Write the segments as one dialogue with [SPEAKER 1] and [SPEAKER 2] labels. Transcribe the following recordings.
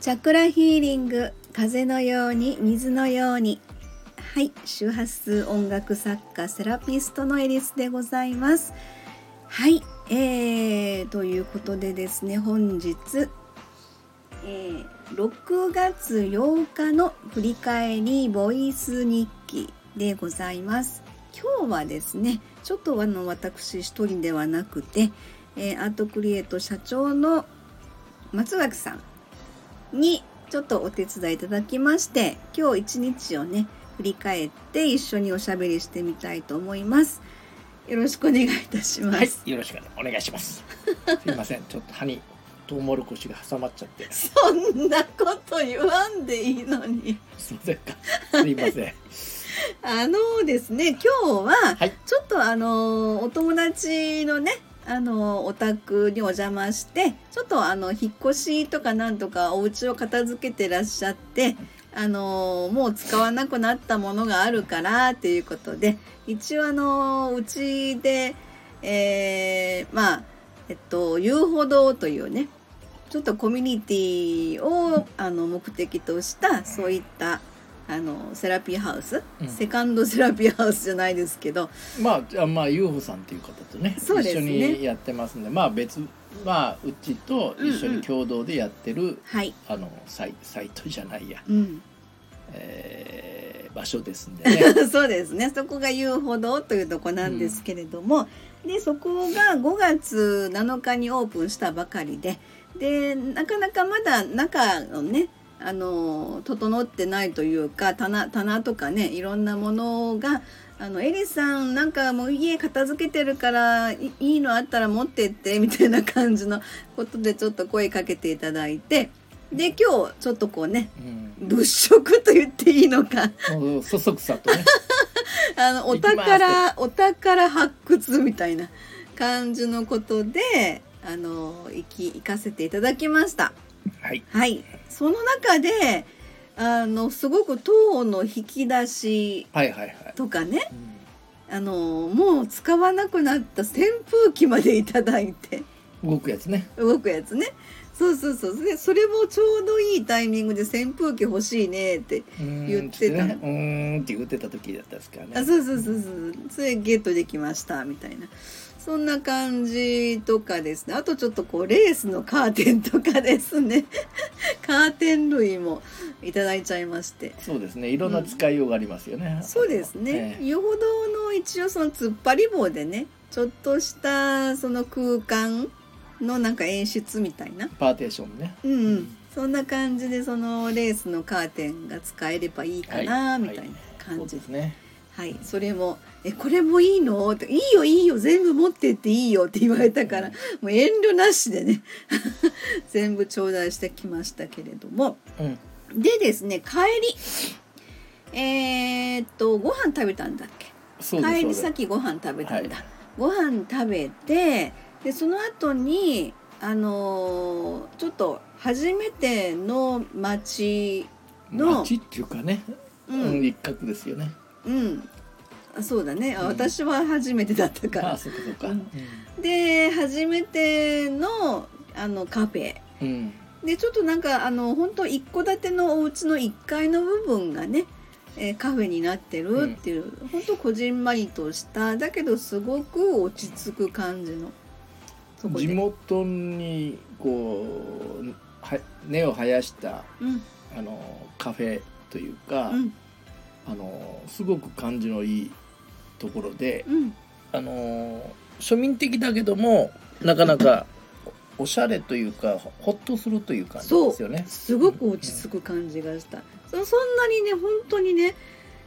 [SPEAKER 1] チャクラヒーリング風のように水のようにはい周波数音楽作家セラピストのエリスでございますはいえー、ということでですね本日、えー6月8日の振り返りボイス日記でございます今日はですねちょっとあの私一人ではなくて、えーアートクリエイト社長の松脇さんにちょっとお手伝いいただきまして今日一日をね振り返って一緒におしゃべりしてみたいと思いますよろしくお願いいたします、
[SPEAKER 2] はい、よろしくお願いします。すいません、ちょっと歯にトウモロコシが挟まっちゃって、す
[SPEAKER 1] そんなこと言わんでいいのに
[SPEAKER 2] いませんか。すいません。
[SPEAKER 1] あのですね今日は
[SPEAKER 2] はい
[SPEAKER 1] ちょっとあのお友達のねあのお宅にお邪魔してちょっとあの引っ越しとかなんとかお家を片付けてらっしゃってあのもう使わなくなったものがあるからということで一応あのうちで、えーまあえっと遊歩道というねちょっとコミュニティをあの目的としたそういったあのセラピーハウス、
[SPEAKER 2] うん
[SPEAKER 1] セカンドセラピーハウスじゃないですけど
[SPEAKER 2] まあ、じゃあまあ、ユーホさんという方とね、
[SPEAKER 1] そうで
[SPEAKER 2] 一
[SPEAKER 1] す
[SPEAKER 2] 緒
[SPEAKER 1] ね
[SPEAKER 2] にやってますんで、まあ、別。まあ、うちと一緒に共同でやってる、
[SPEAKER 1] はい、
[SPEAKER 2] あの、サイ、サイトじゃないや。
[SPEAKER 1] うん、
[SPEAKER 2] えー場所ですんでね。
[SPEAKER 1] そうですねそこが遊歩道というとこなんですけれども、でそこが5月7日にオープンしたばかりででなかなかまだ中のねあの整ってないというか棚棚とかねいろんなものがあのエリさんなんかもう家片付けてるからいいいのあったら持ってってみたいな感じのことでちょっと声かけていただいてで今日ちょっとこうね
[SPEAKER 2] うん。
[SPEAKER 1] 物色と言っていいのか
[SPEAKER 2] もうそそくさとね。
[SPEAKER 1] あのお
[SPEAKER 2] 行きます
[SPEAKER 1] 宝お宝発掘みたいな感じのことであの行き行かせていただきました。
[SPEAKER 2] はい。
[SPEAKER 1] はい、その中であのすごく塔の引き出し
[SPEAKER 2] はいはいはい。
[SPEAKER 1] とかね
[SPEAKER 2] うん
[SPEAKER 1] あのもう使わなくなった扇風機までいただいて
[SPEAKER 2] 動くやつね。
[SPEAKER 1] 動くやつねそうそうそうでそれもちょうどいいタイミングで扇風機欲しいねって
[SPEAKER 2] うーん
[SPEAKER 1] 言ってた
[SPEAKER 2] つねうーんって言ってた時だったですからね。
[SPEAKER 1] あそうそうそうそうそれゲットできましたみたいなそんな感じとかですねあとちょっとこうレースのカーテンとかですね カーテン類もいただいちゃいまして
[SPEAKER 2] そうですね。いろんな使いようがありますよね。
[SPEAKER 1] そうですね、
[SPEAKER 2] ええ
[SPEAKER 1] よほどの一応その突っ張り棒でねちょっとしたその空間のなんか演出みたいな
[SPEAKER 2] パーテーションね。
[SPEAKER 1] うん、うん、そんな感じでそのレースのカーテンが使えればいいか
[SPEAKER 2] は
[SPEAKER 1] ないみたいな感じ
[SPEAKER 2] そう
[SPEAKER 1] で
[SPEAKER 2] ですね。
[SPEAKER 1] はい、それも「えこれもいいの?」って「いいよいいよ全部持ってっていいよ」って言われたから
[SPEAKER 2] うん
[SPEAKER 1] もう遠慮なしでね 全部頂戴してきましたけれども
[SPEAKER 2] うん。
[SPEAKER 1] でですね帰りえーっとご飯食べたんだっけ
[SPEAKER 2] そうです。
[SPEAKER 1] 帰り
[SPEAKER 2] そうです
[SPEAKER 1] 先ご飯食べたんだ、
[SPEAKER 2] はい
[SPEAKER 1] ご飯食べてでその後にあのーちょっと初めての町の
[SPEAKER 2] 街っていうかね、
[SPEAKER 1] う
[SPEAKER 2] うんん、一角ですよね。
[SPEAKER 1] うんあそうだね、あ
[SPEAKER 2] うん
[SPEAKER 1] 私は初めてだったから
[SPEAKER 2] あ、そうかそうか。
[SPEAKER 1] う
[SPEAKER 2] うんん。
[SPEAKER 1] で初めてのあのカフェ
[SPEAKER 2] うん。
[SPEAKER 1] でちょっとなんかあの本当一戸建てのお家の1階の部分がね、えーカフェになってるっていう、ほん、本当こじんまりとしただけどすごく落ち着く感じのとこで
[SPEAKER 2] 地元にこうは根を生やした
[SPEAKER 1] うん
[SPEAKER 2] あのカフェというか、
[SPEAKER 1] うん
[SPEAKER 2] あのすごく感じのいいところで、
[SPEAKER 1] うん
[SPEAKER 2] あの庶民的だけどもなかなかおおしゃれというかほほっとするという感じですよね。
[SPEAKER 1] すごく落ち着く感じがしたそそんなにね本当にね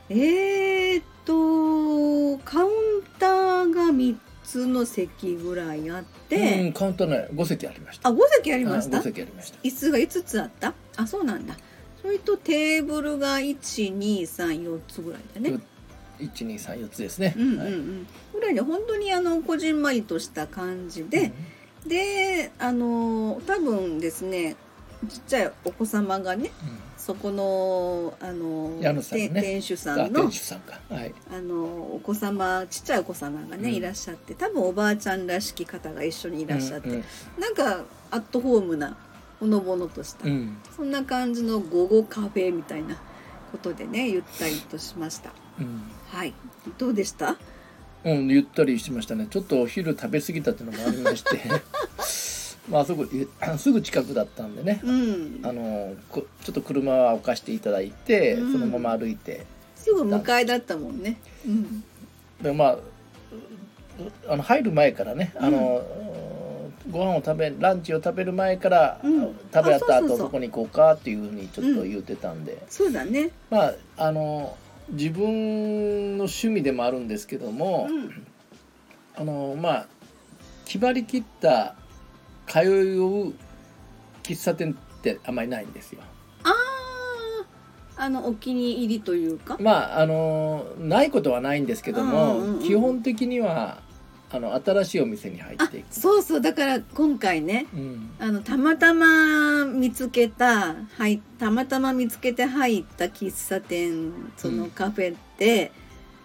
[SPEAKER 1] えー、っとカウンターが3つの席ぐらいあって、
[SPEAKER 2] うん、カウンターね五席ありました。
[SPEAKER 1] あ5席ありました
[SPEAKER 2] 五席ありました。
[SPEAKER 1] 椅子が5つあったあそうなんだそれとテーブルが1234つぐらいだね
[SPEAKER 2] よ一二三四つですね。
[SPEAKER 1] うんうんう
[SPEAKER 2] はい
[SPEAKER 1] んぐらいで本当にあのこじんまりとした感じで、であの多分ですねちっちゃいお子様がねそこのあの
[SPEAKER 2] 家主さんね
[SPEAKER 1] て店主さ
[SPEAKER 2] うんあ
[SPEAKER 1] んの
[SPEAKER 2] 店主さんか。はい。
[SPEAKER 1] あのお子様ちっちゃいお子様がね、
[SPEAKER 2] うん
[SPEAKER 1] いらっしゃって多分おばあちゃんらしき方が一緒にいらっしゃって、
[SPEAKER 2] うんうん
[SPEAKER 1] なんかアットホームなほのぼのとした、
[SPEAKER 2] うん
[SPEAKER 1] そんな感じの午後カフェみたいなことでねゆったりとしました
[SPEAKER 2] うん
[SPEAKER 1] はいどうでした
[SPEAKER 2] うん、ゆったりしてましたねちょっとお昼食べ過ぎたっていうのもありまして まああそこえあすぐ近くだったんでね
[SPEAKER 1] うん
[SPEAKER 2] あのこちょっと車は置かしていただいて、
[SPEAKER 1] うん
[SPEAKER 2] そのまま歩いて
[SPEAKER 1] すぐ向かいだったもんねうん
[SPEAKER 2] でまあうあの入る前からね、あのご飯を食べランチを食べる前から、
[SPEAKER 1] うん
[SPEAKER 2] 食べ終わ
[SPEAKER 1] あ
[SPEAKER 2] った
[SPEAKER 1] そうそうそ
[SPEAKER 2] 後
[SPEAKER 1] う
[SPEAKER 2] どこに行こうかっていうふうにちょっと言ってたんで、
[SPEAKER 1] そうだね
[SPEAKER 2] まああの自分の趣味でもあるんですけど
[SPEAKER 1] う
[SPEAKER 2] も、
[SPEAKER 1] ん
[SPEAKER 2] あのまあ決まりきった通う喫茶店ってあんまりないんですよ。
[SPEAKER 1] あああのお気に入りというか
[SPEAKER 2] まああのないことはないんですけども、
[SPEAKER 1] うんうんうん
[SPEAKER 2] 基本的にはあの新しいお店に入っ
[SPEAKER 1] あ
[SPEAKER 2] ていく。
[SPEAKER 1] そうそうだから今回ね
[SPEAKER 2] うん
[SPEAKER 1] あのたまたま見つけた、はい、たまたま見つけて入った喫茶店そのカフェって、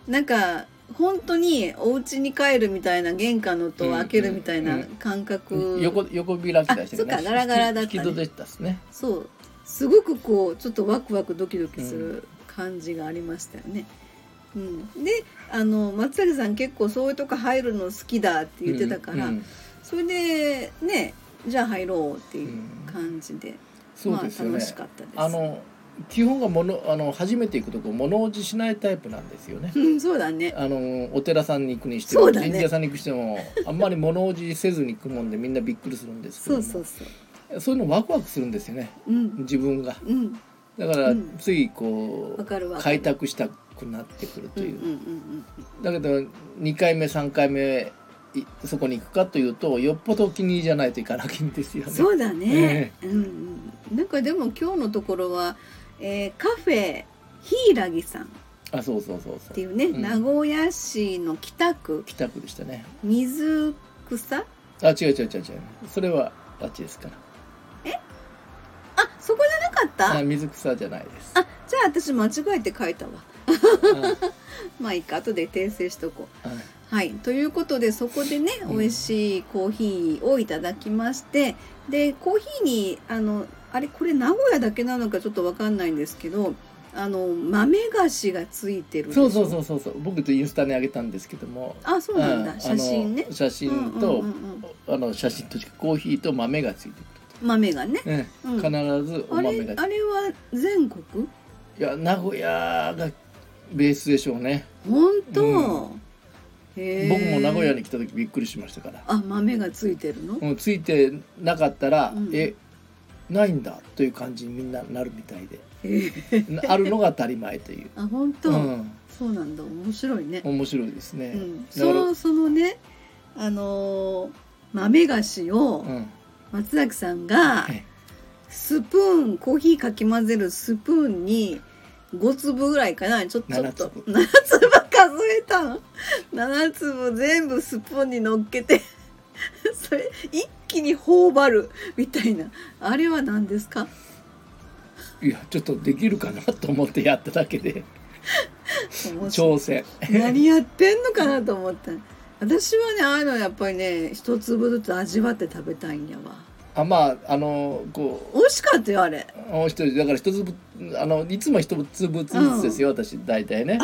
[SPEAKER 1] なんか本当にお家に帰るみたいな玄関の戸を開けるみたい
[SPEAKER 2] うん
[SPEAKER 1] な
[SPEAKER 2] うんうん
[SPEAKER 1] 感覚、
[SPEAKER 2] 横横開き出して
[SPEAKER 1] あそっかガラガラだったね
[SPEAKER 2] 引き戸でしたっすね。
[SPEAKER 1] そうすごくこうちょっとワクワクドキドキする感じがありましたよね。うん、であの松崎さん結構そういうとこ入るの好きだって言ってたから、
[SPEAKER 2] うんうん
[SPEAKER 1] それでねじゃあ入ろうっていう感じで。
[SPEAKER 2] そうです
[SPEAKER 1] ま
[SPEAKER 2] よ
[SPEAKER 1] あ、
[SPEAKER 2] ね。
[SPEAKER 1] 楽しかったです。
[SPEAKER 2] あの基本がものあの初めて行くとこ物おじしないタイプなんですよね。
[SPEAKER 1] うん、そうだね。
[SPEAKER 2] あのお寺さんに行くにして
[SPEAKER 1] そ
[SPEAKER 2] も、
[SPEAKER 1] うだね
[SPEAKER 2] 神社さんに行くにしてもあんまり物おじせずに行くもんでみんなびっくりするんです
[SPEAKER 1] そ
[SPEAKER 2] けど
[SPEAKER 1] う
[SPEAKER 2] も
[SPEAKER 1] そうそう。
[SPEAKER 2] そういうのワクワクするんですよね
[SPEAKER 1] うん、
[SPEAKER 2] 自分が
[SPEAKER 1] うん、
[SPEAKER 2] だから、
[SPEAKER 1] うん
[SPEAKER 2] ついこ
[SPEAKER 1] わ
[SPEAKER 2] う
[SPEAKER 1] かるわかる。
[SPEAKER 2] 開拓したくなってくると
[SPEAKER 1] うん、う
[SPEAKER 2] い
[SPEAKER 1] ん、
[SPEAKER 2] う、
[SPEAKER 1] うん、
[SPEAKER 2] だけど2回目3回目いそこに行くかというとよっぽどお気に入りじゃないといかないんですよ
[SPEAKER 1] うん。
[SPEAKER 2] ね
[SPEAKER 1] そうだね。うん、うん。なんかでも、今日のところは、えー、カフェ。柊さんっ
[SPEAKER 2] あそうそうそうそ
[SPEAKER 1] て
[SPEAKER 2] う
[SPEAKER 1] いうね、
[SPEAKER 2] うん
[SPEAKER 1] 名古屋市の北区
[SPEAKER 2] 北区でしたね
[SPEAKER 1] 水草
[SPEAKER 2] あ違う違う違う違うそれはあっちですから
[SPEAKER 1] あそこじゃなかった
[SPEAKER 2] あ
[SPEAKER 1] あ
[SPEAKER 2] 水草じゃないです
[SPEAKER 1] じゃあ私間違えて書いたわ
[SPEAKER 2] は
[SPEAKER 1] まあいいか後で訂正しとこう
[SPEAKER 2] いはい
[SPEAKER 1] はい、ということでそこでね、
[SPEAKER 2] うん
[SPEAKER 1] 美味しいコーヒーをいただきましてでコーヒーにあのあれこれ名古屋だけなのかちょっとわかんないんですけどあの豆菓子がついてる
[SPEAKER 2] そうそう
[SPEAKER 1] う
[SPEAKER 2] そうそうそう僕とインスタにあげたんですけども
[SPEAKER 1] あそうなんだ
[SPEAKER 2] あ
[SPEAKER 1] 写真ね
[SPEAKER 2] あの写真
[SPEAKER 1] うんうんうん
[SPEAKER 2] と、
[SPEAKER 1] うん
[SPEAKER 2] あの写真としてコーヒーと豆がついて
[SPEAKER 1] 豆がね
[SPEAKER 2] くる、
[SPEAKER 1] うん
[SPEAKER 2] 必ずお
[SPEAKER 1] あれ
[SPEAKER 2] 豆がついてく
[SPEAKER 1] あ
[SPEAKER 2] る
[SPEAKER 1] れは全国
[SPEAKER 2] いや名古屋がベースでしょうね、
[SPEAKER 1] 本当、
[SPEAKER 2] う
[SPEAKER 1] へえ
[SPEAKER 2] 僕も名古屋に来た時びっくりしましたから、
[SPEAKER 1] あ豆がついてるの、
[SPEAKER 2] うん、ついてなかったら、
[SPEAKER 1] うん
[SPEAKER 2] えないんだという感じにみんななるみたいで
[SPEAKER 1] へえ
[SPEAKER 2] な あるのが当たり前という、
[SPEAKER 1] あ本当、
[SPEAKER 2] うん、
[SPEAKER 1] そうなんだ面白いね
[SPEAKER 2] 面白いですね、
[SPEAKER 1] うん、
[SPEAKER 2] だか
[SPEAKER 1] そ
[SPEAKER 2] ら
[SPEAKER 1] のそのねあのー豆菓子を
[SPEAKER 2] うん
[SPEAKER 1] 松崎さんが
[SPEAKER 2] はい
[SPEAKER 1] スプーンコーヒーかき混ぜるスプーンに5粒ぐらいかなちょちょっと
[SPEAKER 2] 7
[SPEAKER 1] 7粒数えたの7粒全部スプーンに乗っけて それ一気に頬張るみたいなあれは何ですか
[SPEAKER 2] いやちょっとできるかなと思ってやっただけで
[SPEAKER 1] 面白い
[SPEAKER 2] 挑戦
[SPEAKER 1] 何やってんのかなと思った私はねああいうのやっぱりね一粒ずつ味わって食べたいんやわ。
[SPEAKER 2] あまああのこう
[SPEAKER 1] 美味しかったよあれ
[SPEAKER 2] もう一人だから一粒あのいつも一粒ずつですよ、私大体ね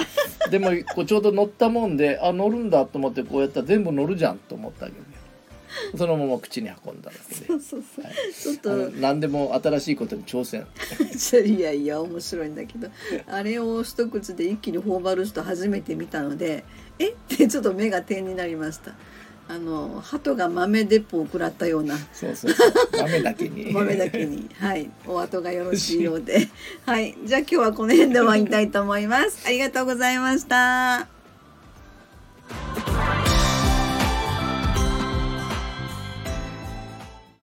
[SPEAKER 2] でもこうちょうど乗ったもんであ乗るんだと思ってこうやったら全部乗るじゃんと思ったけどそのまま口に運んだだけで
[SPEAKER 1] そうそうそう
[SPEAKER 2] はい
[SPEAKER 1] ちょっ
[SPEAKER 2] あ
[SPEAKER 1] と
[SPEAKER 2] の何でも新しいことに挑 戦
[SPEAKER 1] いやいや面白いんだけどあれを一口で一気に頬張る人初めて見たのでえってちょっと目が点になりましたあの鳩が豆鉄砲を食らったような
[SPEAKER 2] そうそうそう豆だけに
[SPEAKER 1] 豆だけにはいお後がよろしいようではいじゃあ今日はこの辺で終わりたいと思いますありがとうございました